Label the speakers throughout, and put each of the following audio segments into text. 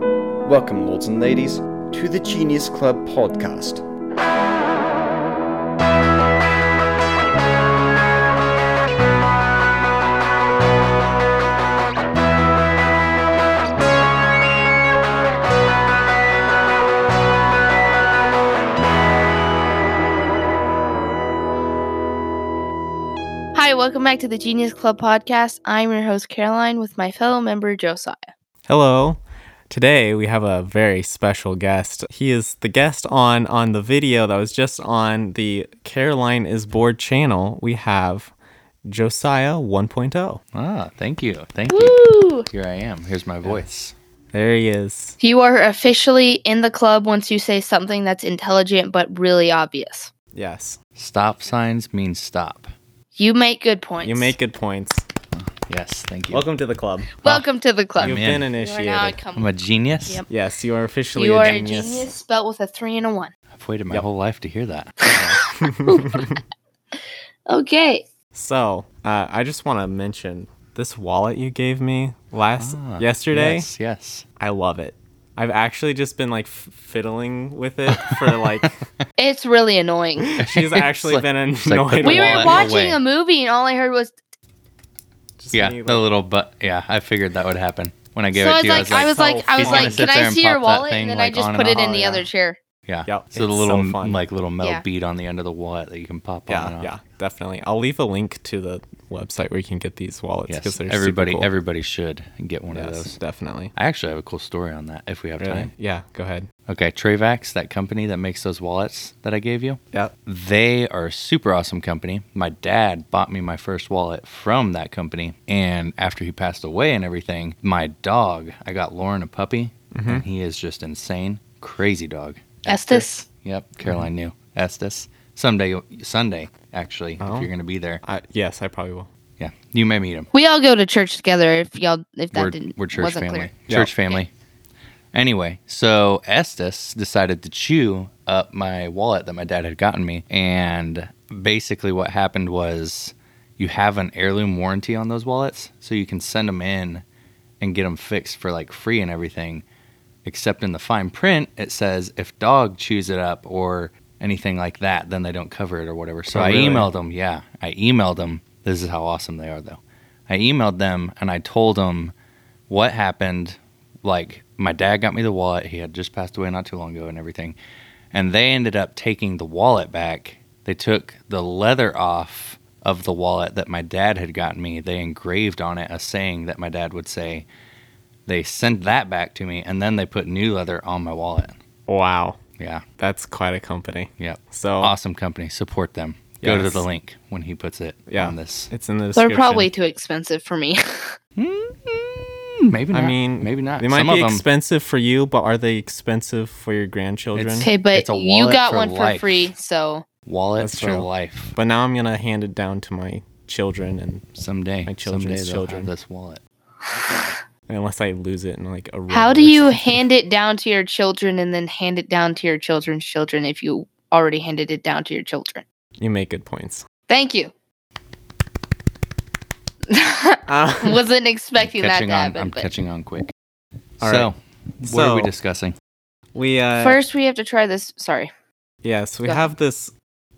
Speaker 1: Welcome, lords and ladies, to the Genius Club podcast.
Speaker 2: Hi, welcome back to the Genius Club podcast. I'm your host, Caroline, with my fellow member, Josiah.
Speaker 3: Hello. Today we have a very special guest. He is the guest on on the video that was just on the Caroline is bored channel. We have Josiah oh. 1.0.
Speaker 4: Ah, thank you. Thank you.
Speaker 2: Woo!
Speaker 4: Here I am. Here's my voice.
Speaker 3: There he is.
Speaker 2: You are officially in the club once you say something that's intelligent but really obvious.
Speaker 3: Yes.
Speaker 4: Stop signs mean stop.
Speaker 2: You make good points.
Speaker 3: You make good points.
Speaker 4: Yes, thank you.
Speaker 3: Welcome to the club.
Speaker 2: Welcome to the club.
Speaker 3: You've
Speaker 4: in.
Speaker 3: been
Speaker 2: You are now a
Speaker 3: initiated.
Speaker 2: com-
Speaker 4: I'm a genius.
Speaker 2: Yep.
Speaker 3: Yes, you are officially
Speaker 2: You are
Speaker 3: a
Speaker 2: a
Speaker 3: genius.
Speaker 2: genius spelled with a three and a one.
Speaker 4: I've waited my
Speaker 3: Yep.
Speaker 4: whole life to hear that.
Speaker 2: Okay.
Speaker 3: So, uh, I just want to mention this wallet you gave me last
Speaker 4: Ah,
Speaker 3: yesterday.
Speaker 4: Yes, yes.
Speaker 3: I love it. I've actually just been like f- fiddling with it for like
Speaker 2: It's really annoying.
Speaker 3: She's
Speaker 4: It's
Speaker 3: actually
Speaker 4: like-
Speaker 3: been
Speaker 4: it's like
Speaker 3: annoyed.
Speaker 4: the
Speaker 2: we were
Speaker 4: wallet
Speaker 2: watching
Speaker 4: away.
Speaker 2: a movie and all I heard was.
Speaker 3: Just
Speaker 4: Yeah,
Speaker 3: me,
Speaker 4: the
Speaker 3: like-
Speaker 4: little but yeah, I figured that would happen. When I gave
Speaker 2: So
Speaker 4: it
Speaker 2: I
Speaker 4: to
Speaker 2: was
Speaker 4: you, I
Speaker 2: like,
Speaker 4: was
Speaker 2: I
Speaker 4: like,
Speaker 2: was like, I was
Speaker 4: "Oh, he's gonna
Speaker 2: like,
Speaker 4: sit
Speaker 2: can I
Speaker 4: there and
Speaker 2: see your
Speaker 4: pop that
Speaker 2: wallet?
Speaker 4: thing,
Speaker 2: And then I
Speaker 4: like,
Speaker 2: just
Speaker 4: on
Speaker 2: put
Speaker 4: and
Speaker 2: it
Speaker 4: off."
Speaker 2: in the
Speaker 3: Oh,
Speaker 2: other
Speaker 3: yeah.
Speaker 2: chair.
Speaker 4: yeah.
Speaker 3: Yep,
Speaker 4: so the
Speaker 3: it's
Speaker 4: little
Speaker 3: so
Speaker 4: m-
Speaker 3: fun.
Speaker 4: like little metal
Speaker 2: Yeah.
Speaker 4: bead on the end of the wallet that you can pop on and
Speaker 3: yeah,
Speaker 4: off.
Speaker 3: yeah, definitely. I'll leave a link to the website where you can get these wallets because
Speaker 4: Yes.
Speaker 3: they're
Speaker 4: Everybody
Speaker 3: super cool.
Speaker 4: everybody should get one of
Speaker 3: yes,
Speaker 4: those.
Speaker 3: definitely.
Speaker 4: I actually have a cool story on that if we have
Speaker 3: Really?
Speaker 4: time.
Speaker 3: Yeah, go ahead.
Speaker 4: Okay, Travax, that company that makes those wallets that I gave you.
Speaker 3: Yeah,
Speaker 4: They are a super awesome company. My dad bought me my first wallet from that company. And after he passed away and everything, my dog, I got Lauren a puppy, and he is just insane. Crazy dog.
Speaker 2: Estes.
Speaker 4: Yep, Caroline knew. Estes. Someday, Sunday, actually,
Speaker 3: Oh.
Speaker 4: if you're going to be there.
Speaker 3: I, yes, I probably will.
Speaker 4: Yeah, you may meet him.
Speaker 2: We all go to church together. If y'all, if that
Speaker 4: we're,
Speaker 2: didn't,
Speaker 4: we're church
Speaker 2: wasn't
Speaker 4: family.
Speaker 2: clear.
Speaker 3: Yeah.
Speaker 4: Church family. Anyway, so Estes decided to chew up my wallet that my dad had gotten me. And basically, what happened was you have an heirloom warranty on those wallets, so you can send them in and get them fixed for like free and everything. Except in the fine print, it says if dog chews it up or anything like that, then they don't cover it or whatever. So
Speaker 3: Oh,
Speaker 4: I
Speaker 3: really?
Speaker 4: emailed them. Yeah, I emailed them. This is how awesome they are, though. I emailed them and I told them what happened. Like, my dad got me the wallet. He had just passed away not too long ago and everything. And they ended up taking the wallet back. They took the leather off of the wallet that my dad had gotten me. They engraved on it a saying that my dad would say. They sent that back to me and then they put new leather on my wallet.
Speaker 3: Wow,
Speaker 4: Yeah.
Speaker 3: that's quite a company.
Speaker 4: Yeah.
Speaker 3: So
Speaker 4: Awesome company. Support them. Go to
Speaker 3: Yes.
Speaker 4: the link when he puts it
Speaker 3: Yeah.
Speaker 4: on this.
Speaker 3: it's in the description.
Speaker 2: They're probably too expensive for me.
Speaker 4: Hmm, Maybe not.
Speaker 3: I mean,
Speaker 4: maybe not.
Speaker 3: They might
Speaker 4: Some
Speaker 3: be
Speaker 4: of 'em-
Speaker 3: expensive for you, but are they expensive for your grandchildren?
Speaker 4: It's-
Speaker 2: okay, but
Speaker 4: It's a
Speaker 2: you
Speaker 4: wallet
Speaker 2: got
Speaker 4: for
Speaker 2: one for
Speaker 4: life.
Speaker 2: free, so
Speaker 4: wallet
Speaker 3: That's
Speaker 4: for
Speaker 3: true.
Speaker 4: life.
Speaker 3: But now I'm gonna hand it down to my children, and My
Speaker 4: Someday, someday
Speaker 3: children's
Speaker 4: they'll
Speaker 3: children.
Speaker 4: have this wallet.
Speaker 3: unless I lose it in like a river
Speaker 2: how do
Speaker 3: or
Speaker 2: you
Speaker 3: something.
Speaker 2: hand it down to your children and then hand it down to your children's children if you already handed it down to your children?
Speaker 3: You make good points.
Speaker 2: Thank you.
Speaker 3: Uh,
Speaker 2: Wasn't expecting that
Speaker 4: catching
Speaker 2: to
Speaker 4: on,
Speaker 2: happen.
Speaker 4: I'm
Speaker 2: but-
Speaker 4: catching on quick.
Speaker 3: All
Speaker 4: so,
Speaker 3: right.
Speaker 4: what
Speaker 3: So-
Speaker 4: are we discussing?
Speaker 3: we uh,
Speaker 2: First, we have to try this. Sorry,
Speaker 3: Yes, we
Speaker 2: Go ahead.
Speaker 3: have this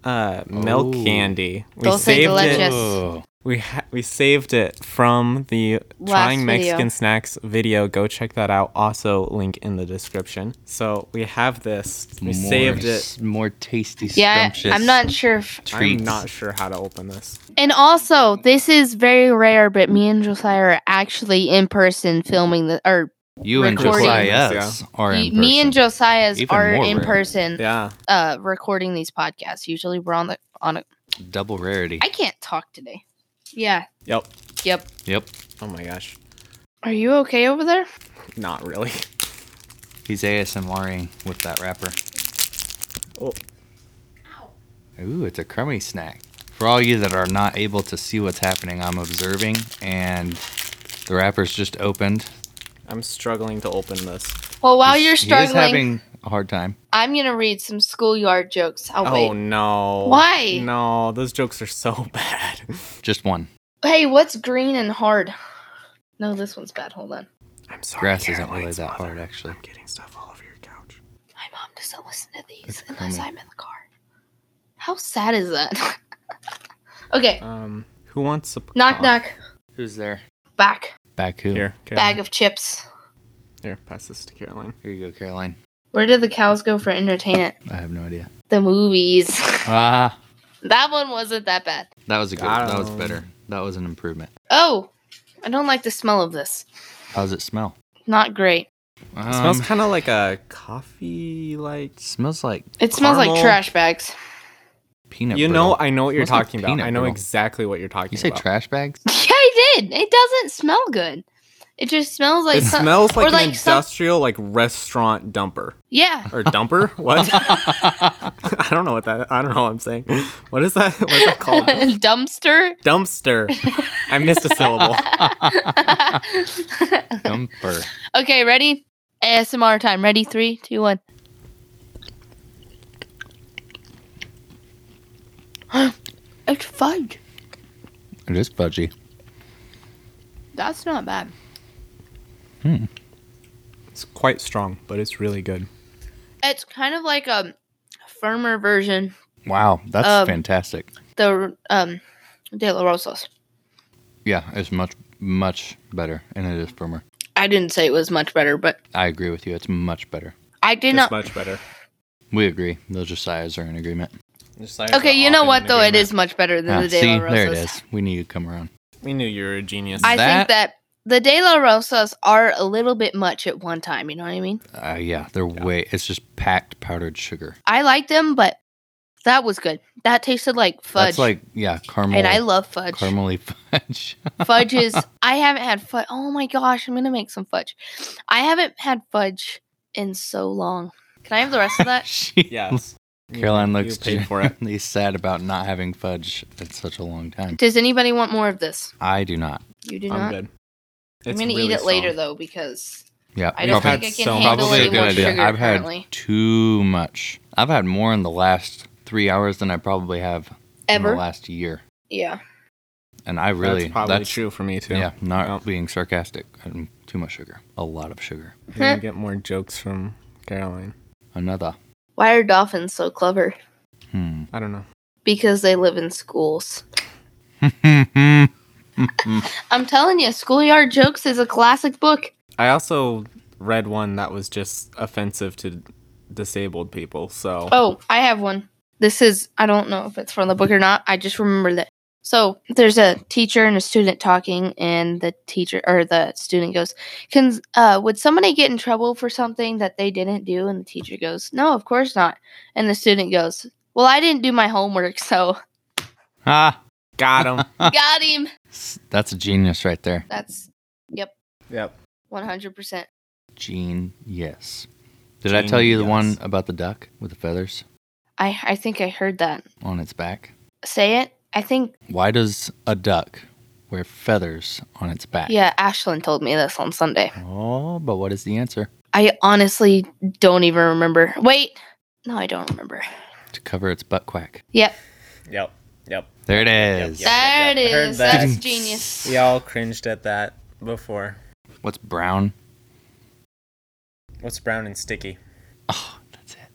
Speaker 3: uh, milk
Speaker 4: Ooh.
Speaker 3: candy. We
Speaker 2: Dulce de
Speaker 3: saved
Speaker 2: leche.
Speaker 3: it.
Speaker 2: Yes.
Speaker 4: Oh,
Speaker 3: We ha- we saved it from the
Speaker 2: Last
Speaker 3: trying
Speaker 2: video.
Speaker 3: Mexican snacks video. Go check that out. Also, link in the description. So we have this. We
Speaker 4: more,
Speaker 3: saved it.
Speaker 4: s- More tasty,
Speaker 2: yeah, I-
Speaker 4: scrumptious
Speaker 2: I'm not sure. If,
Speaker 4: treats.
Speaker 3: I'm not sure how to open this.
Speaker 2: and also, this is very rare, but me and Josiah are actually in person filming the or
Speaker 4: you and
Speaker 2: recording
Speaker 4: Josiah's
Speaker 3: this,
Speaker 4: are in
Speaker 2: Y- me and
Speaker 4: person.
Speaker 2: Josiah's
Speaker 4: Even
Speaker 2: are
Speaker 4: more
Speaker 2: in
Speaker 4: rare.
Speaker 2: person
Speaker 3: Yeah,
Speaker 2: uh recording these podcasts. Usually we're on the on a
Speaker 4: double rarity.
Speaker 2: I can't talk today. Yeah.
Speaker 3: Yep.
Speaker 2: Yep.
Speaker 4: Yep,
Speaker 3: Oh my gosh.
Speaker 2: Are you okay over there?
Speaker 3: Not really.
Speaker 4: he's ASMRing with that wrapper.
Speaker 3: Oh.
Speaker 4: Ooh, it's a crummy snack. For all you that are not able to see what's happening, I'm observing, and the wrapper's just opened.
Speaker 3: I'm struggling to open this.
Speaker 2: Well, while
Speaker 4: He's-
Speaker 2: Oh, you're
Speaker 4: he is
Speaker 2: struggling,
Speaker 4: having a hard time.
Speaker 2: I'm gonna read some schoolyard jokes. I'll
Speaker 3: Oh
Speaker 2: wait.
Speaker 3: no.
Speaker 2: Why?
Speaker 3: No, those jokes are so bad.
Speaker 4: Just one.
Speaker 2: Hey, what's green and hard? No, this one's bad. Hold on.
Speaker 3: I'm sorry.
Speaker 4: Grass isn't really
Speaker 3: Caroline's
Speaker 4: that
Speaker 3: mother.
Speaker 4: hard, actually.
Speaker 3: I'm getting stuff all over your couch.
Speaker 2: My mom doesn't listen to these
Speaker 4: It's
Speaker 2: unless
Speaker 4: coming.
Speaker 2: I'm in the car. How sad is that? okay.
Speaker 4: Uh,
Speaker 3: Um, who wants a
Speaker 2: knock, knock.
Speaker 4: Who's there?
Speaker 2: Back.
Speaker 4: Back who?
Speaker 3: Here, Caroline.
Speaker 2: Bag of chips.
Speaker 3: Here, pass this to Caroline.
Speaker 4: Here you go, Caroline.
Speaker 2: Where did the cows go for entertainment?
Speaker 4: I have no idea.
Speaker 2: The movies.
Speaker 4: Ah,
Speaker 2: that one wasn't that bad.
Speaker 4: that was a good. That was
Speaker 3: Um,
Speaker 4: better. That was an improvement.
Speaker 2: Oh, I don't like the smell of this.
Speaker 4: How's it smell?
Speaker 2: Not great.
Speaker 4: Um,
Speaker 3: It smells kind of like a coffee, like.
Speaker 4: smells like
Speaker 2: It smells like
Speaker 3: Caramel.
Speaker 2: trash bags.
Speaker 4: peanut.
Speaker 3: You
Speaker 4: brittle.
Speaker 3: know, I know what you're
Speaker 4: Smells like
Speaker 3: talking about.
Speaker 4: peanut
Speaker 3: I know
Speaker 4: brittle.
Speaker 3: exactly what you're talking
Speaker 4: you say
Speaker 3: about.
Speaker 4: trash bags.
Speaker 2: Yeah, I did. It doesn't smell good. It just smells like
Speaker 3: it
Speaker 2: some-
Speaker 3: smells
Speaker 2: or
Speaker 3: like an
Speaker 2: like some-
Speaker 3: industrial, like restaurant dumper
Speaker 2: Yeah.
Speaker 3: or dumper. what? I don't know what that. I don't know what I'm saying. What is that? What's that called?
Speaker 2: Dumpster.
Speaker 3: Dumpster. I missed a syllable.
Speaker 4: Dumper.
Speaker 2: okay, ready? ASMR time. Ready? Three, two, one. it's fudge.
Speaker 4: It is fudgy.
Speaker 2: That's not bad.
Speaker 3: It's quite strong, but it's really good.
Speaker 2: It's kind of like a firmer version.
Speaker 4: Wow, that's
Speaker 2: Um,
Speaker 4: fantastic.
Speaker 2: The um, De La Rosa's.
Speaker 4: Yeah, it's much much better, and it is firmer.
Speaker 2: I didn't say it was much better, but
Speaker 4: I agree with you. It's much better.
Speaker 2: I did
Speaker 3: It's
Speaker 2: not.
Speaker 3: much better.
Speaker 4: We agree. Those Josiahs are in agreement.
Speaker 2: Okay, you know what though? It is much better than
Speaker 4: Ah,
Speaker 2: the De
Speaker 4: see,
Speaker 2: La Rosa's.
Speaker 4: there it is. We knew you'd come around.
Speaker 3: We knew you were a genius.
Speaker 2: I think
Speaker 4: That-
Speaker 2: that the De La Rosas are a little bit much at one time. You know what I mean?
Speaker 4: Uh, yeah, they're way. It's just packed powdered sugar.
Speaker 2: I like them, but that was good. That tasted like fudge.
Speaker 4: That's like yeah, caramel.
Speaker 2: and I love fudge.
Speaker 4: caramelly fudge.
Speaker 2: Fudge is. I haven't had fudge. Oh my gosh, I'm gonna make some fudge. I haven't had fudge in so long. Can I have the rest of that?
Speaker 4: She-
Speaker 3: Yes.
Speaker 4: Caroline
Speaker 3: You-
Speaker 4: looks
Speaker 3: you paid for it.
Speaker 4: genuinely sad about not having fudge in such a long time.
Speaker 2: Does anybody want more of this?
Speaker 4: I do not.
Speaker 2: You do
Speaker 3: I'm
Speaker 2: not.
Speaker 3: good.
Speaker 2: I'm gonna eat it later though because
Speaker 4: Yeah,
Speaker 2: I don't
Speaker 3: We've
Speaker 2: think I
Speaker 3: had
Speaker 2: can
Speaker 3: so much.
Speaker 2: handle
Speaker 3: Probably a
Speaker 2: any
Speaker 3: good
Speaker 2: more
Speaker 3: idea.
Speaker 2: sugar.
Speaker 4: I've had
Speaker 2: apparently.
Speaker 4: too much. I've had more in the last three hours than I probably have in
Speaker 2: ever.
Speaker 4: the last year,
Speaker 2: Yeah.
Speaker 4: and I really
Speaker 3: That's probably true for me too.
Speaker 4: Yeah, not
Speaker 3: Yeah.
Speaker 4: being sarcastic. Um, Too much sugar. A lot of sugar.
Speaker 3: You're gonna get more jokes from Caroline.
Speaker 4: Another.
Speaker 2: Why are dolphins so clever?
Speaker 4: Hmm.
Speaker 3: I don't know.
Speaker 2: Because they live in schools. I'm telling you, Schoolyard Jokes is a classic book.
Speaker 3: I also read one that was just offensive to disabled people. So
Speaker 2: Oh, I have one. This is, I don't know if it's from the book or not. I just remember that. So there's a teacher and a student talking, and the teacher or the student goes, Can, uh, Would somebody get in trouble for something that they didn't do? And the teacher goes, No, of course not. And the student goes, Well, I didn't do my homework, so
Speaker 4: ah,
Speaker 3: got him.
Speaker 2: got him.
Speaker 4: s- that's a genius right there.
Speaker 2: That's
Speaker 3: yep.
Speaker 2: 100%.
Speaker 4: Gene, yes. Did I tell you the one
Speaker 3: Genius.
Speaker 4: about the duck with the feathers
Speaker 2: I, I think I heard that.
Speaker 4: on its back?
Speaker 2: Say it. I think,
Speaker 4: Why does a duck wear feathers on its back?
Speaker 2: yeah, Ashlyn told me this on Sunday.
Speaker 4: Oh, but what is the answer?
Speaker 2: I honestly don't even remember. Wait. No, I don't remember.
Speaker 4: To cover its butt quack.
Speaker 2: Yep.
Speaker 3: Yep. Yep.
Speaker 4: There it is.
Speaker 3: Yep,
Speaker 2: there
Speaker 3: yep,
Speaker 2: it
Speaker 3: yep. Heard
Speaker 2: is.
Speaker 3: that.
Speaker 2: That's genius.
Speaker 3: We all cringed at that before.
Speaker 4: What's brown?
Speaker 3: What's brown and sticky?
Speaker 4: Oh, that's it.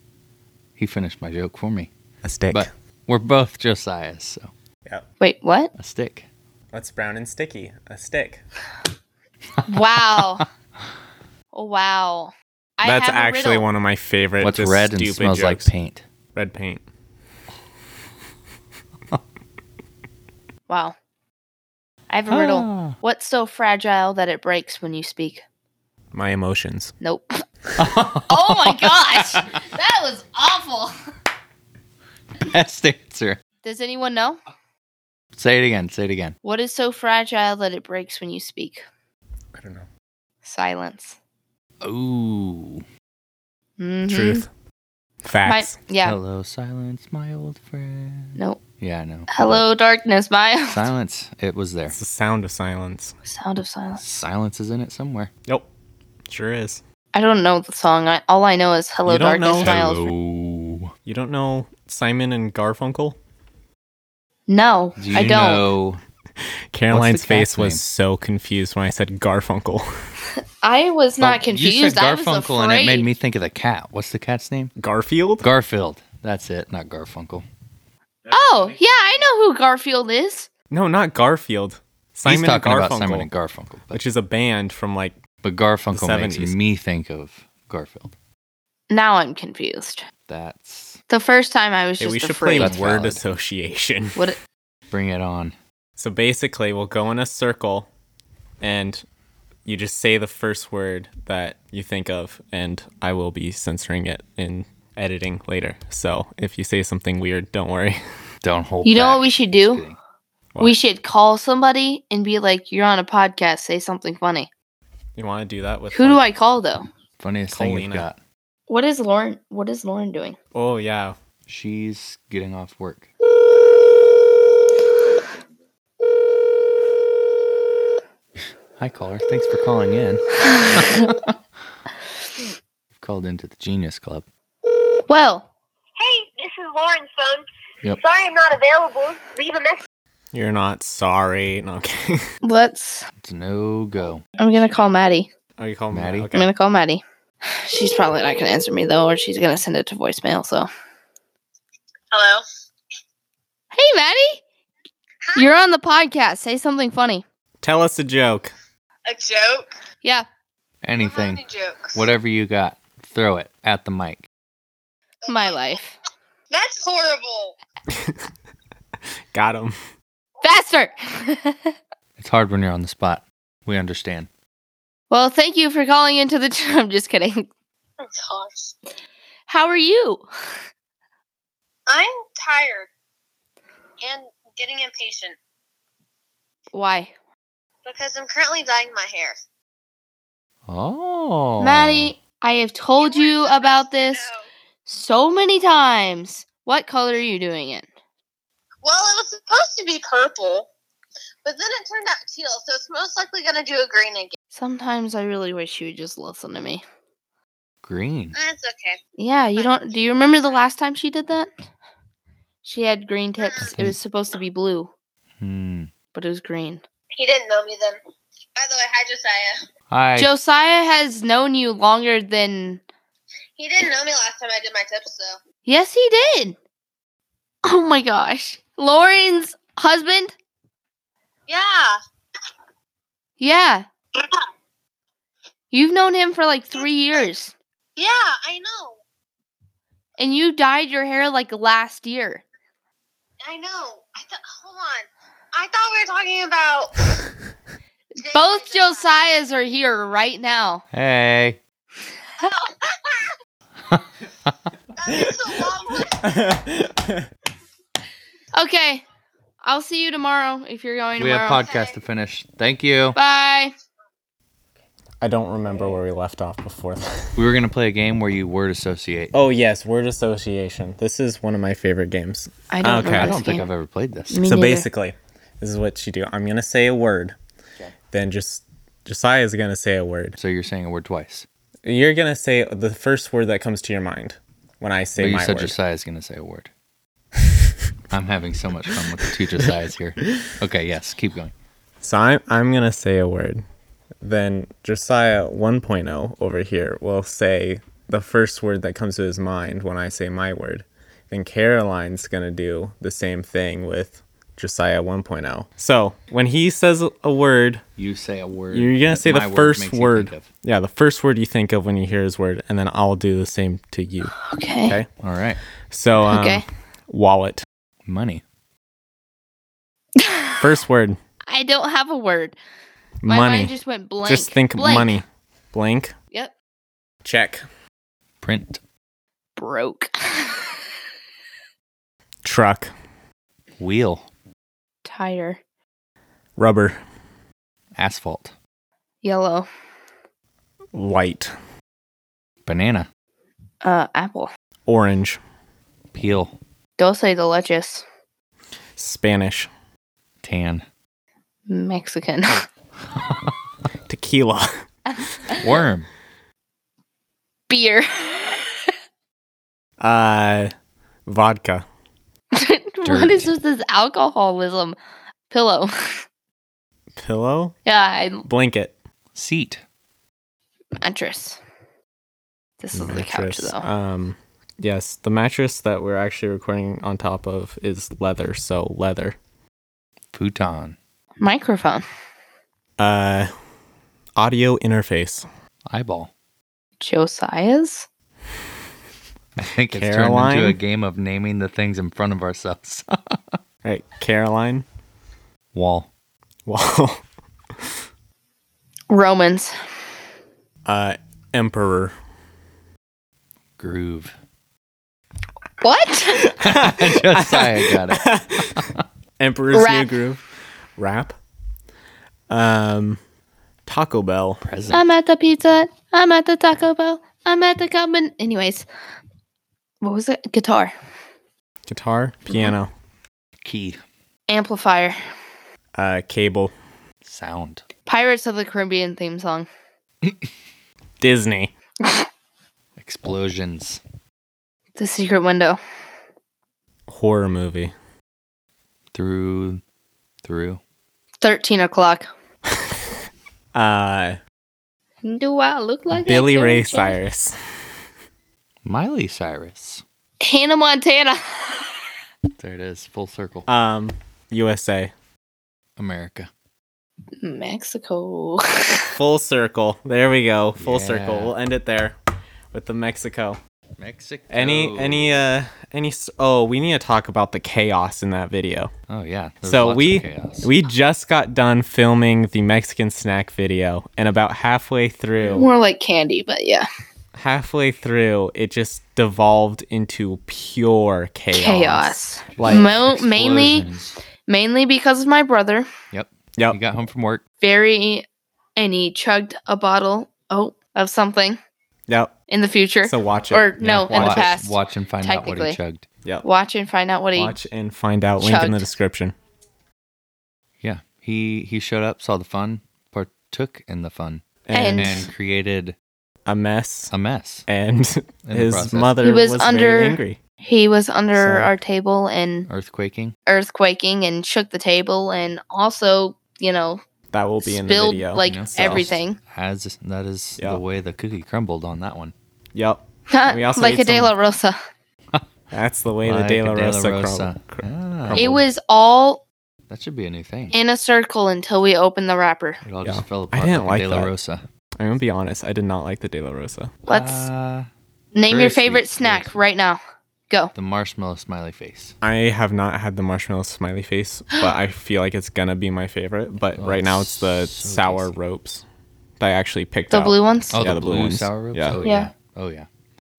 Speaker 4: He finished my joke for me.
Speaker 3: A stick.
Speaker 4: But we're both Josiah's, so
Speaker 2: Wait, what?
Speaker 4: a stick.
Speaker 3: What's brown and sticky? A stick.
Speaker 2: Wow. Oh, wow. I
Speaker 3: That's
Speaker 2: have a
Speaker 3: actually
Speaker 2: riddle.
Speaker 3: one of my favorite.
Speaker 4: What's
Speaker 3: just
Speaker 4: red and
Speaker 3: stupid
Speaker 4: smells like
Speaker 3: jokes.
Speaker 4: paint?
Speaker 3: Red paint.
Speaker 2: Wow. I have a riddle.
Speaker 4: Ah.
Speaker 2: What's so fragile that it breaks when you speak?
Speaker 3: My emotions.
Speaker 2: Nope. oh my gosh. That was awful.
Speaker 4: Best answer.
Speaker 2: Does anyone know?
Speaker 4: Say it again. Say it again.
Speaker 2: What is so fragile that it breaks when you speak?
Speaker 3: I don't know.
Speaker 2: Silence.
Speaker 4: Ooh.
Speaker 2: Mhm.
Speaker 3: Truth.
Speaker 2: My-
Speaker 3: Facts.
Speaker 2: yeah.
Speaker 4: Hello, silence, my old friend.
Speaker 2: Nope.
Speaker 4: Yeah, I know.
Speaker 2: Hello, darkness. My
Speaker 4: Silence. It was there.
Speaker 3: It's the sound of silence.
Speaker 2: sound of silence.
Speaker 4: Silence is in it somewhere.
Speaker 3: Yep. Sure is.
Speaker 2: I don't know the song. I, all I know is "Hello
Speaker 3: You don't
Speaker 2: Darkness,
Speaker 3: know?
Speaker 2: My Old Friend."
Speaker 4: Hello.
Speaker 3: You don't know Simon and Garfunkel?
Speaker 2: No,
Speaker 4: Do you
Speaker 2: I don't.
Speaker 4: know
Speaker 3: Caroline's
Speaker 4: cat's
Speaker 3: face
Speaker 4: name?
Speaker 3: was so confused when I said Garfunkel.
Speaker 2: I was not
Speaker 4: Oh,
Speaker 2: confused.
Speaker 4: You said
Speaker 2: I was
Speaker 4: Garfunkel, and it made
Speaker 2: afraid.
Speaker 4: me think of the cat. What's the cat's name?
Speaker 3: Garfield?
Speaker 4: Garfield. That's it, not Garfunkel.
Speaker 2: Oh, yeah, I know who Garfield is.
Speaker 3: no, not Garfield. Simon
Speaker 4: He's talking
Speaker 3: Garfunkel,
Speaker 4: about Simon and Garfunkel, but,
Speaker 3: which is a band from like
Speaker 4: but Garfunkel
Speaker 3: the
Speaker 4: makes
Speaker 3: 70s.
Speaker 4: me think of Garfield.
Speaker 2: Now I'm confused.
Speaker 4: That's
Speaker 2: The first time I was
Speaker 3: hey,
Speaker 2: just
Speaker 3: we should play
Speaker 2: afraid.
Speaker 4: That's
Speaker 3: word
Speaker 4: valid.
Speaker 3: association.
Speaker 2: What it-
Speaker 4: bring it on.
Speaker 3: So basically, we'll go in a circle, and you just say the first word that you think of, and I will be censoring it in editing later. So if you say something weird, don't worry.
Speaker 4: Don't hold.
Speaker 2: You know
Speaker 4: back.
Speaker 2: what we should
Speaker 4: Just
Speaker 2: do?
Speaker 4: kidding.
Speaker 2: we should call somebody and be like, "You're on a podcast. Say something funny."
Speaker 3: You want to do that with
Speaker 2: Who do
Speaker 3: like-
Speaker 2: I call though?
Speaker 4: Funniest thing we've
Speaker 3: Colina.
Speaker 4: got.
Speaker 2: What is Lauren? What is Lauren doing?
Speaker 3: Oh yeah,
Speaker 4: She's getting off work. Hi, caller. Thanks for calling in. You've called into the Genius Club.
Speaker 2: Well,
Speaker 5: Hey, this is Lauren's phone.
Speaker 4: Yep.
Speaker 5: Sorry I'm not available. Leave a message.
Speaker 3: you're not sorry. No, okay.
Speaker 2: let's.
Speaker 4: It's a no go.
Speaker 2: I'm gonna call Maddie.
Speaker 3: oh, you call me
Speaker 4: Maddie?
Speaker 2: I'm
Speaker 3: Okay.
Speaker 2: gonna call Maddie. She's probably not gonna answer me though, or she's gonna send it to voicemail. So,
Speaker 5: Hello.
Speaker 2: hey, Maddie, you're on the podcast. Say something funny.
Speaker 3: Tell us a joke.
Speaker 5: A joke?
Speaker 2: Yeah.
Speaker 4: Anything.
Speaker 5: jokes.
Speaker 4: Whatever you got, throw it at the mic.
Speaker 2: My life.
Speaker 4: e-
Speaker 5: That's horrible.
Speaker 3: Got him.
Speaker 2: Faster.
Speaker 4: It's hard when you're on the spot. We understand.
Speaker 2: well, thank you for calling into the. I'm just kidding.
Speaker 5: That's harsh.
Speaker 2: How are you?
Speaker 5: I'm tired and getting impatient
Speaker 2: Why?
Speaker 5: because I'm currently dyeing my hair.
Speaker 4: Oh.
Speaker 2: Maddie, I have told you about this so many times. What color are you doing it?
Speaker 5: Well, it was supposed to be purple, but then it turned out teal, so it's most likely going to do a green again.
Speaker 2: Sometimes I really wish you would just listen to me.
Speaker 4: Green.
Speaker 5: That's okay.
Speaker 2: Yeah, you don't. Do you remember the last time she did that? She had green tips. It was supposed to be blue,
Speaker 4: Hmm.
Speaker 2: but it was green.
Speaker 5: He didn't know me then. By the way, hi, Josiah.
Speaker 4: Hi.
Speaker 2: Josiah has known you longer than.
Speaker 5: He didn't know me last time I did my tips, though.
Speaker 2: Yes, he did. Oh my gosh. Lauren's husband?
Speaker 5: Yeah.
Speaker 2: Yeah. You've known him for like three years,
Speaker 5: Yeah, I know.
Speaker 2: and you dyed your hair like last year.
Speaker 5: I know. I thought. Hold on. I thought we were talking about
Speaker 2: Both Josiahs are here right now.
Speaker 4: hey.
Speaker 5: That's a long one.
Speaker 2: Okay. I'll see you tomorrow if you're going
Speaker 4: We have
Speaker 2: tomorrow.
Speaker 4: podcast to finish. Thank you.
Speaker 2: Bye.
Speaker 3: I don't remember where we left off before that.
Speaker 4: We were gonna play a game where you word associate.
Speaker 3: Oh yes, word association. This is one of my favorite games.
Speaker 2: I don't
Speaker 3: Okay.
Speaker 2: know.
Speaker 4: I
Speaker 2: this
Speaker 4: don't think
Speaker 2: game.
Speaker 4: I've ever played this.
Speaker 2: Me
Speaker 3: so
Speaker 2: neither.
Speaker 3: basically, this is what you do. I'm gonna say a word, then just Josiah is gonna say a word.
Speaker 4: So you're saying a word twice.
Speaker 3: You're gonna say the first word that comes to your mind when I say
Speaker 4: but you
Speaker 3: my
Speaker 4: said
Speaker 3: word.
Speaker 4: Josiah's gonna say a word. I'm having so much fun with the two Josiahs here. Okay, yes, keep going.
Speaker 3: So I'm I'm gonna say a word, then Josiah 1.0 over here will say the first word that comes to his mind when I say my word. Then Caroline's gonna do the same thing with Josiah 1.0. So when he says a word,
Speaker 4: You say a word.
Speaker 3: You're gonna
Speaker 4: that
Speaker 3: say the
Speaker 4: my word
Speaker 3: first
Speaker 4: makes you
Speaker 3: word.
Speaker 4: think of.
Speaker 3: Yeah, the first word you think of when you hear his word, and then I'll do the same to you.
Speaker 2: Okay.
Speaker 3: Okay.
Speaker 4: All right,
Speaker 3: So, um,
Speaker 2: Okay.
Speaker 3: wallet.
Speaker 4: money.
Speaker 3: First word,
Speaker 2: I don't have a word. My
Speaker 3: money.
Speaker 2: mind
Speaker 3: Just,
Speaker 2: just went blank.
Speaker 3: think
Speaker 2: Blank.
Speaker 3: money. Blank.
Speaker 2: Yep.
Speaker 3: Check.
Speaker 4: Print.
Speaker 2: Broke.
Speaker 3: Truck.
Speaker 4: Wheel.
Speaker 2: Tire.
Speaker 3: Rubber.
Speaker 4: Asphalt.
Speaker 2: Yellow.
Speaker 3: Light.
Speaker 4: Banana.
Speaker 2: Uh, apple.
Speaker 3: Orange.
Speaker 4: Peel.
Speaker 2: Dulce de leches.
Speaker 3: Spanish.
Speaker 4: Tan.
Speaker 2: Mexican.
Speaker 3: Tequila.
Speaker 4: Worm.
Speaker 2: Beer.
Speaker 3: Uh, vodka.
Speaker 2: what is with this alcoholism? Pillow.
Speaker 3: Pillow.
Speaker 2: yeah, I
Speaker 3: Blanket.
Speaker 4: Seat.
Speaker 2: mattress. This is the couch,
Speaker 3: mattress.
Speaker 2: though.
Speaker 3: Um, yes, the mattress that we're actually recording on top of is leather. So leather.
Speaker 4: Futon.
Speaker 2: Microphone.
Speaker 3: Uh, audio interface.
Speaker 4: Eyeball.
Speaker 2: Josiah's?
Speaker 4: I think it's turned
Speaker 3: Caroline?
Speaker 4: into a game of naming the things in front of ourselves.
Speaker 3: All right, Caroline.
Speaker 4: Wall.
Speaker 3: Wow.
Speaker 2: Romans.
Speaker 3: Uh, emperor.
Speaker 4: Groove.
Speaker 2: What?
Speaker 4: Josiah got it.
Speaker 3: Emperor's new
Speaker 2: Rap.
Speaker 3: groove. Rap. Um, Taco Bell.
Speaker 4: Present.
Speaker 2: I'm at the Pizza Hut. I'm at the Taco Bell. I'm at the Common. Anyways, what was it? Guitar.
Speaker 3: Guitar. Piano.
Speaker 4: Key.
Speaker 2: Amplifier.
Speaker 3: Uh, cable.
Speaker 4: Sound.
Speaker 2: Pirates of the Caribbean theme song.
Speaker 3: Disney.
Speaker 4: Explosions.
Speaker 2: The Secret Window.
Speaker 3: Horror movie.
Speaker 4: Through. Through.
Speaker 2: 13 o'clock.
Speaker 3: Uh,
Speaker 2: Do I look like that
Speaker 3: Billy Ray
Speaker 2: character?
Speaker 3: Cyrus.
Speaker 4: Miley Cyrus.
Speaker 2: Hannah Montana.
Speaker 4: There it is. Full circle.
Speaker 3: Um, USA.
Speaker 4: America.
Speaker 2: Mexico.
Speaker 3: Full circle. There we go. Full circle.
Speaker 4: Yeah.
Speaker 3: We'll end it there with the Mexico.
Speaker 4: Mexico.
Speaker 3: Any
Speaker 4: Oh.
Speaker 3: any uh any s- oh, we need to talk about the chaos in that video.
Speaker 4: Oh yeah. There's
Speaker 3: so
Speaker 4: lots of
Speaker 3: we
Speaker 4: chaos.
Speaker 3: we just got done filming the Mexican snack video and about halfway through
Speaker 2: More like candy, but yeah.
Speaker 3: halfway through it just devolved into pure chaos.
Speaker 2: Chaos.
Speaker 3: Like
Speaker 2: Mo- mainly
Speaker 4: Explosions.
Speaker 2: mainly because of my brother.
Speaker 4: Yep.
Speaker 3: Yep.
Speaker 4: You got home from work.
Speaker 2: Very and he chugged a bottle oh of something
Speaker 3: Yep.
Speaker 2: in the future.
Speaker 3: So watch it.
Speaker 2: or no, in the
Speaker 4: Watch,
Speaker 2: past.
Speaker 4: watch and find out what he
Speaker 2: Oh, technically.
Speaker 4: chugged.
Speaker 3: Yep.
Speaker 2: Watch and find out what he
Speaker 3: Watch and find out. Link in the
Speaker 2: Chugged.
Speaker 3: description.
Speaker 4: Yeah. He he showed up, saw the fun, partook in the fun,
Speaker 2: And-
Speaker 4: and created
Speaker 3: a mess.
Speaker 4: a mess.
Speaker 3: and
Speaker 4: the
Speaker 3: his
Speaker 4: process.
Speaker 3: mother
Speaker 2: He
Speaker 3: was,
Speaker 2: was
Speaker 3: very
Speaker 2: under-
Speaker 3: angry.
Speaker 2: he was under
Speaker 3: So-
Speaker 2: our table and
Speaker 4: Earthquaking.
Speaker 2: earthquaking and shook the table and also, you know,
Speaker 3: That will be in the
Speaker 2: spilled
Speaker 3: video.
Speaker 2: like
Speaker 4: you know,
Speaker 3: so-
Speaker 2: everything.
Speaker 4: As that is
Speaker 3: Yeah.
Speaker 4: the way the cookie crumbled on that one.
Speaker 3: Yep. We also
Speaker 2: like
Speaker 3: ate
Speaker 2: a De
Speaker 3: some-
Speaker 2: La Rosa.
Speaker 3: That's the way
Speaker 4: Like
Speaker 3: the De La
Speaker 4: a De La
Speaker 3: Rosa, crum-
Speaker 4: Rosa.
Speaker 3: cr-
Speaker 4: Ah.
Speaker 3: crumbled.
Speaker 2: It was all
Speaker 4: That should be a new thing.
Speaker 2: in a circle until we opened the wrapper.
Speaker 4: It all
Speaker 3: Yeah.
Speaker 4: just fell
Speaker 3: I
Speaker 4: apart.
Speaker 3: didn't
Speaker 4: like,
Speaker 3: like
Speaker 4: a De La
Speaker 3: that.
Speaker 4: Rosa.
Speaker 3: I'm gonna be honest. I did not like the De La Rosa.
Speaker 2: Let's
Speaker 4: Uh,
Speaker 2: name
Speaker 4: very
Speaker 2: your
Speaker 4: sweet,
Speaker 2: favorite
Speaker 4: very
Speaker 2: snack
Speaker 4: sweet.
Speaker 2: right now. Go.
Speaker 4: the marshmallow smiley face.
Speaker 3: I have not had the marshmallow smiley face, but I feel like it's gonna be my favorite. But
Speaker 4: Oh,
Speaker 3: right now,
Speaker 4: it's
Speaker 3: it's the
Speaker 4: so
Speaker 3: sour
Speaker 4: tasty.
Speaker 3: ropes that I actually picked
Speaker 2: The
Speaker 3: out.
Speaker 2: blue ones.
Speaker 4: Oh,
Speaker 3: Yeah,
Speaker 4: the,
Speaker 3: the blue
Speaker 4: blue,
Speaker 3: ones.
Speaker 4: sour ribs.
Speaker 3: Yeah.
Speaker 4: Oh
Speaker 2: Yeah.
Speaker 4: yeah. Oh yeah.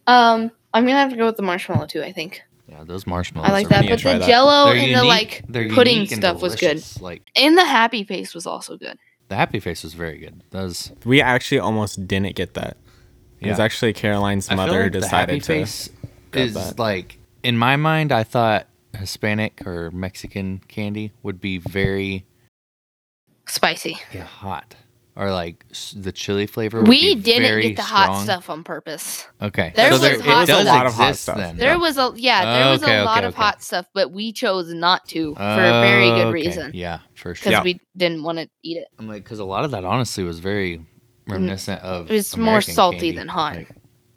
Speaker 2: Um, I'm gonna have to go with the marshmallow too. I think
Speaker 4: Yeah. Those marshmallows.
Speaker 2: I like
Speaker 4: are
Speaker 2: that,
Speaker 4: really
Speaker 2: but
Speaker 3: try
Speaker 2: the
Speaker 3: that.
Speaker 2: Jello
Speaker 4: They're
Speaker 2: and the
Speaker 4: unique-
Speaker 2: like
Speaker 4: they're
Speaker 2: pudding
Speaker 4: unique and
Speaker 2: stuff was good,
Speaker 4: delicious. Like
Speaker 2: and the happy paste was also good.
Speaker 4: the happy face was very good. That was
Speaker 3: We actually almost didn't get that. It was
Speaker 4: Yeah.
Speaker 3: actually Caroline's
Speaker 4: I feel
Speaker 3: mother
Speaker 4: like the
Speaker 3: decided
Speaker 4: happy
Speaker 3: to.
Speaker 4: face
Speaker 3: grab
Speaker 4: is
Speaker 3: that.
Speaker 4: like in my mind I thought Hispanic or Mexican candy would be very
Speaker 2: Spicy.
Speaker 4: hot or like s- the chili flavor. would
Speaker 2: We
Speaker 4: be
Speaker 2: didn't
Speaker 4: very
Speaker 2: get the hot
Speaker 4: strong.
Speaker 2: stuff on purpose.
Speaker 4: Okay,
Speaker 2: There
Speaker 3: was
Speaker 4: it
Speaker 2: hot
Speaker 4: does
Speaker 2: stuff. It was a
Speaker 3: lot of hot
Speaker 4: exist
Speaker 3: stuff.
Speaker 4: Then.
Speaker 2: There was a yeah, there was
Speaker 4: Okay,
Speaker 2: a
Speaker 4: okay,
Speaker 2: lot of
Speaker 4: okay.
Speaker 2: hot stuff, but we chose not to for a very good
Speaker 4: Okay,
Speaker 2: reason
Speaker 4: Yeah, for sure.
Speaker 2: because
Speaker 3: Yeah.
Speaker 2: we didn't want to eat it.
Speaker 4: I'm like because a lot of that honestly was very reminiscent of.
Speaker 2: It was more
Speaker 4: American
Speaker 2: salty
Speaker 4: candy.
Speaker 2: than hot.
Speaker 4: Like,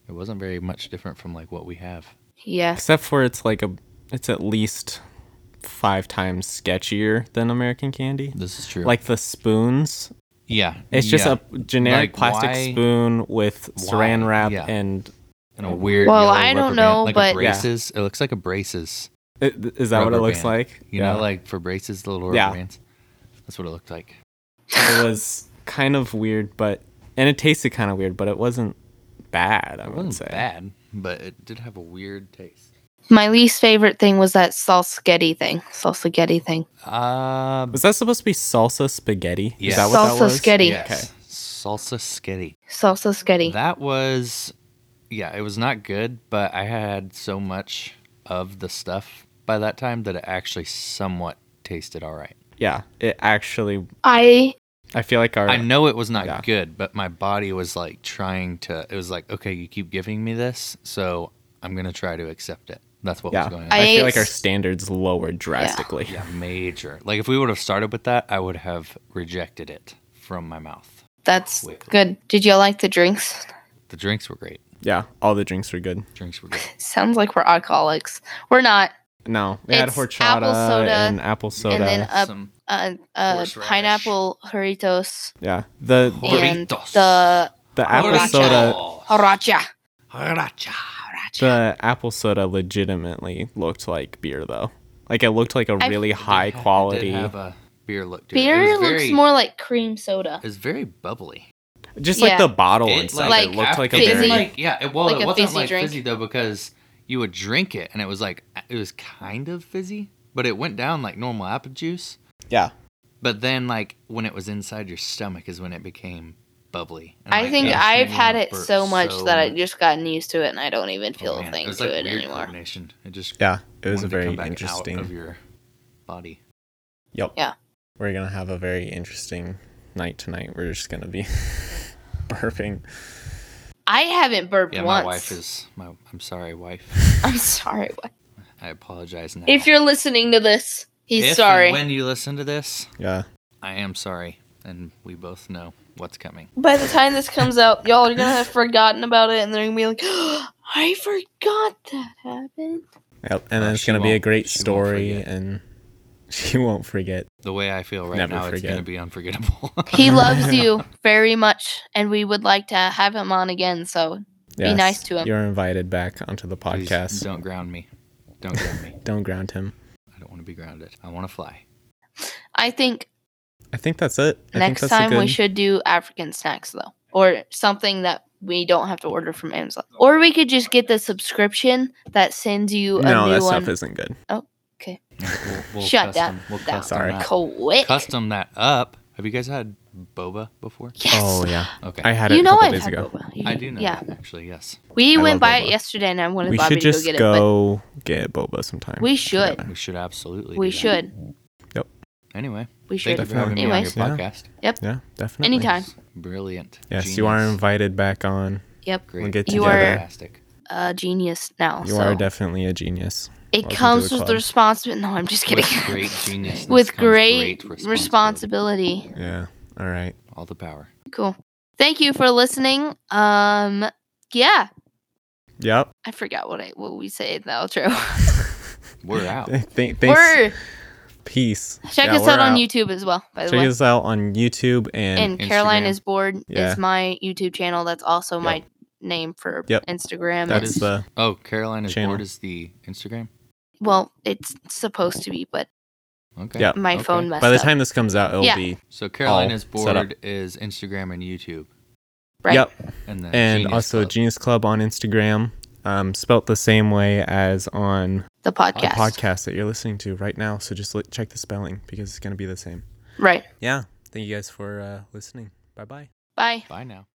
Speaker 4: it wasn't very much different from like what we have.
Speaker 2: Yeah,
Speaker 3: Except for it's like a, it's at least five times sketchier than American candy.
Speaker 4: This is true.
Speaker 3: Like the spoons
Speaker 4: yeah,
Speaker 3: It's just
Speaker 4: yeah,
Speaker 3: a generic
Speaker 4: Like,
Speaker 3: plastic
Speaker 4: why-
Speaker 3: spoon with saran
Speaker 4: why?
Speaker 3: wrap,
Speaker 4: Yeah.
Speaker 3: and
Speaker 4: and a weird.
Speaker 2: Well,
Speaker 4: yellow
Speaker 2: I
Speaker 4: rubber
Speaker 2: don't
Speaker 4: band,
Speaker 2: know,
Speaker 4: like a
Speaker 2: but- Yeah.
Speaker 4: braces. It looks like a braces.
Speaker 3: i- uh, th- is that what
Speaker 4: Rubber
Speaker 3: it looks
Speaker 4: band.
Speaker 3: like?
Speaker 4: You know, like for braces, the little rubber
Speaker 3: Yeah.
Speaker 4: bands. That's what it looked like.
Speaker 3: it was kind of weird, but and it tasted kind of weird, but it wasn't bad. I
Speaker 4: It
Speaker 3: wouldn't
Speaker 4: wasn't
Speaker 3: say
Speaker 4: bad, but it did have a weird taste.
Speaker 2: my least favorite thing was that salsagetti thing. Salsagetti thing.
Speaker 4: Uh,
Speaker 3: Was that supposed to be salsa spaghetti? Is
Speaker 4: Yes.
Speaker 3: that what that
Speaker 2: Salsa
Speaker 3: was?
Speaker 2: spaghetti.
Speaker 4: yes. Salsa skitty.
Speaker 2: Salsagetti.
Speaker 4: That was, yeah, it was not good, but I had so much of the stuff by that time that it actually somewhat tasted all right.
Speaker 3: Yeah, it actually.
Speaker 2: I
Speaker 3: I feel like our.
Speaker 4: I know it was not
Speaker 3: Yeah.
Speaker 4: good, but my body was like trying to, it was like, okay, you keep giving me this, so I'm going to try to accept it. That's what
Speaker 3: Yeah,
Speaker 4: was going on.
Speaker 3: I,
Speaker 2: ate
Speaker 3: feel like our
Speaker 2: s-
Speaker 3: standards lowered drastically.
Speaker 4: Yeah, major. Like if we would have started with that, I would have rejected it from my mouth.
Speaker 2: That's
Speaker 4: Quickly.
Speaker 2: good. Did y'all like the drinks?
Speaker 4: The drinks were great.
Speaker 3: Yeah, all the drinks were good.
Speaker 4: Drinks were good.
Speaker 2: Sounds like we're alcoholics. We're not.
Speaker 3: No, they had
Speaker 2: It's
Speaker 3: horchata
Speaker 2: apple soda
Speaker 3: and apple soda.
Speaker 2: and then uh,
Speaker 4: Some
Speaker 2: uh, uh,
Speaker 4: Horseradish.
Speaker 2: pineapple Doritos
Speaker 3: yeah, the
Speaker 2: and
Speaker 4: Doritos.
Speaker 2: the
Speaker 3: the apple
Speaker 2: Horchata.
Speaker 3: soda,
Speaker 2: Horacha.
Speaker 4: Horacha.
Speaker 3: the apple soda legitimately looked like beer though. Like it looked like a
Speaker 2: I-
Speaker 3: really high
Speaker 4: It did
Speaker 3: quality.
Speaker 4: have a beer look to it. It
Speaker 2: Beer
Speaker 4: was
Speaker 2: looks
Speaker 4: very-
Speaker 2: more like cream soda.
Speaker 4: It's very bubbly.
Speaker 3: Just
Speaker 2: Yeah.
Speaker 3: like the bottle and
Speaker 4: It,
Speaker 3: stuff,
Speaker 2: like,
Speaker 3: Oh, it looked like a
Speaker 2: fizzy.
Speaker 3: very
Speaker 4: like yeah. It, well,
Speaker 2: Like
Speaker 4: it
Speaker 2: a
Speaker 4: wasn't
Speaker 2: fizzy
Speaker 4: like
Speaker 2: drink.
Speaker 4: fizzy though because you would drink it and it was like it was kind of fizzy, but it went down like normal apple juice.
Speaker 3: yeah.
Speaker 4: But then like when it was inside your stomach is when it became bubbly. And,
Speaker 2: I
Speaker 4: like,
Speaker 2: think
Speaker 4: the
Speaker 2: I've
Speaker 4: cinnamon
Speaker 2: had it
Speaker 4: burnt
Speaker 2: so much that I
Speaker 4: much.
Speaker 2: just gotten used to it, and I don't even feel
Speaker 4: Oh,
Speaker 2: a
Speaker 4: man,
Speaker 2: thing
Speaker 4: it was,
Speaker 2: to
Speaker 4: like,
Speaker 2: it
Speaker 4: weird
Speaker 2: anymore.
Speaker 4: Combination. It just
Speaker 3: Yeah, it was
Speaker 4: wanted
Speaker 3: a
Speaker 4: to come
Speaker 3: very
Speaker 4: back out
Speaker 3: interesting.
Speaker 4: of your body.
Speaker 3: Yep.
Speaker 2: Yeah.
Speaker 3: We're gonna have a very interesting night tonight. We're just gonna be burping.
Speaker 2: I haven't burped
Speaker 4: Yeah,
Speaker 2: once.
Speaker 4: my wife is my. I'm sorry, wife.
Speaker 2: I'm sorry. wife.
Speaker 4: I apologize now.
Speaker 2: If you're listening to this, he's
Speaker 4: If and
Speaker 2: sorry.
Speaker 4: When you listen to this,
Speaker 3: Yeah.
Speaker 4: I am sorry, and we both know what's coming.
Speaker 2: By the time this comes out, y'all are gonna have forgotten about it, and they're gonna be like, "I forgot that happened."
Speaker 3: Yep. And
Speaker 4: Oh,
Speaker 3: then it's
Speaker 4: she
Speaker 3: gonna be a
Speaker 4: won't-
Speaker 3: great
Speaker 4: she won't
Speaker 3: story
Speaker 4: forget.
Speaker 3: and she won't forget.
Speaker 4: The way I feel right
Speaker 3: Never
Speaker 4: now, it's
Speaker 3: forget.
Speaker 4: going to be unforgettable.
Speaker 2: He loves you very much, and we would like to have him on again. So
Speaker 3: Yes,
Speaker 2: nice to him.
Speaker 3: You're invited back onto the
Speaker 4: Please
Speaker 3: podcast.
Speaker 4: Don't ground me. Don't ground me.
Speaker 3: don't ground him.
Speaker 4: I don't want to be grounded. I want to fly.
Speaker 2: I think
Speaker 3: I think that's it. I think
Speaker 2: next
Speaker 3: that's a
Speaker 2: time we
Speaker 3: good-
Speaker 2: should do African snacks though, or something that we don't have to order from Amazon, or we could just get the subscription that sends you a
Speaker 3: No,
Speaker 2: new
Speaker 3: that
Speaker 2: one.
Speaker 3: stuff isn't good.
Speaker 4: We'll, we'll
Speaker 2: Shut
Speaker 4: custom,
Speaker 2: that
Speaker 4: We'll
Speaker 2: down.
Speaker 4: custom
Speaker 3: Sorry.
Speaker 4: that.
Speaker 2: Quick.
Speaker 4: Custom that up. Have you guys had boba before?
Speaker 2: Yes.
Speaker 3: Oh yeah.
Speaker 4: Okay.
Speaker 3: I had it
Speaker 2: you
Speaker 3: a
Speaker 2: know
Speaker 3: couple
Speaker 2: I've
Speaker 3: days
Speaker 2: had
Speaker 3: ago.
Speaker 2: boba.
Speaker 4: I do know.
Speaker 2: Yeah,
Speaker 4: that, actually, yes.
Speaker 2: we
Speaker 3: I
Speaker 2: went
Speaker 3: love
Speaker 2: by it
Speaker 3: boba.
Speaker 2: yesterday, and I wanted
Speaker 3: We
Speaker 2: Bobby
Speaker 3: should
Speaker 2: to go
Speaker 3: just
Speaker 2: get it.
Speaker 3: go get boba sometime.
Speaker 2: We should.
Speaker 3: together.
Speaker 4: We should absolutely.
Speaker 2: But we
Speaker 4: do that.
Speaker 2: should.
Speaker 4: Anyway,
Speaker 2: We
Speaker 4: thank
Speaker 2: should.
Speaker 4: you for having me on your
Speaker 2: Anyways,
Speaker 3: Yeah.
Speaker 4: podcast.
Speaker 3: Yeah, definitely.
Speaker 2: anytime.
Speaker 4: Brilliant.
Speaker 3: Yes, you are
Speaker 4: Genius.
Speaker 3: invited back on.
Speaker 2: Yep.
Speaker 4: Great.
Speaker 3: We'll get
Speaker 2: You are- together.
Speaker 4: fantastic.
Speaker 2: A genius now.
Speaker 3: You
Speaker 2: so.
Speaker 3: are definitely a genius.
Speaker 2: It
Speaker 3: Welcome to
Speaker 2: comes
Speaker 3: the
Speaker 2: with
Speaker 3: club.
Speaker 2: responsibility. No, I'm just kidding.
Speaker 4: With great genius.
Speaker 2: With
Speaker 4: comes great
Speaker 2: great
Speaker 4: responsibility.
Speaker 2: responsibility.
Speaker 3: Yeah. All right.
Speaker 4: All the power.
Speaker 2: Cool. Thank you for listening. Um, yeah,
Speaker 3: Yep.
Speaker 2: I forgot what I what we say in the outro.
Speaker 4: We're out.
Speaker 3: Th- th- thanks.
Speaker 2: We're,
Speaker 3: Peace.
Speaker 2: check
Speaker 3: Yeah,
Speaker 2: us out
Speaker 3: we're
Speaker 2: on YouTube as well, by the
Speaker 3: Check
Speaker 2: way.
Speaker 3: us out on YouTube
Speaker 2: and
Speaker 3: and,
Speaker 2: Caroline
Speaker 4: Instagram.
Speaker 2: is bored
Speaker 3: Yeah.
Speaker 2: is my YouTube channel. That's also my name for
Speaker 3: Yep.
Speaker 2: Instagram.
Speaker 3: that
Speaker 2: It's-
Speaker 3: is the
Speaker 4: Oh, Caroline is
Speaker 3: Channel.
Speaker 4: bored is the Instagram.
Speaker 2: well, it's supposed to be, but
Speaker 4: Okay.
Speaker 3: Yeah.
Speaker 2: my
Speaker 4: Okay.
Speaker 2: phone messed
Speaker 3: by the
Speaker 2: up.
Speaker 3: time this comes out it'll
Speaker 2: Yeah.
Speaker 3: be
Speaker 4: So Caroline
Speaker 3: All
Speaker 4: is
Speaker 3: set up.
Speaker 4: bored is Instagram and YouTube,
Speaker 2: right.
Speaker 3: Yep.
Speaker 4: and then
Speaker 3: and
Speaker 4: Genius
Speaker 3: also
Speaker 4: Club.
Speaker 3: Genius Club on Instagram. Um spelt the same way as on
Speaker 2: The
Speaker 3: the
Speaker 2: podcast.
Speaker 3: podcast that you're listening to right now, so just li- check the spelling because it's going to be the same.
Speaker 2: Right.
Speaker 3: Yeah. Thank you guys for uh, listening. Bye-bye.
Speaker 2: Bye.
Speaker 4: Bye now.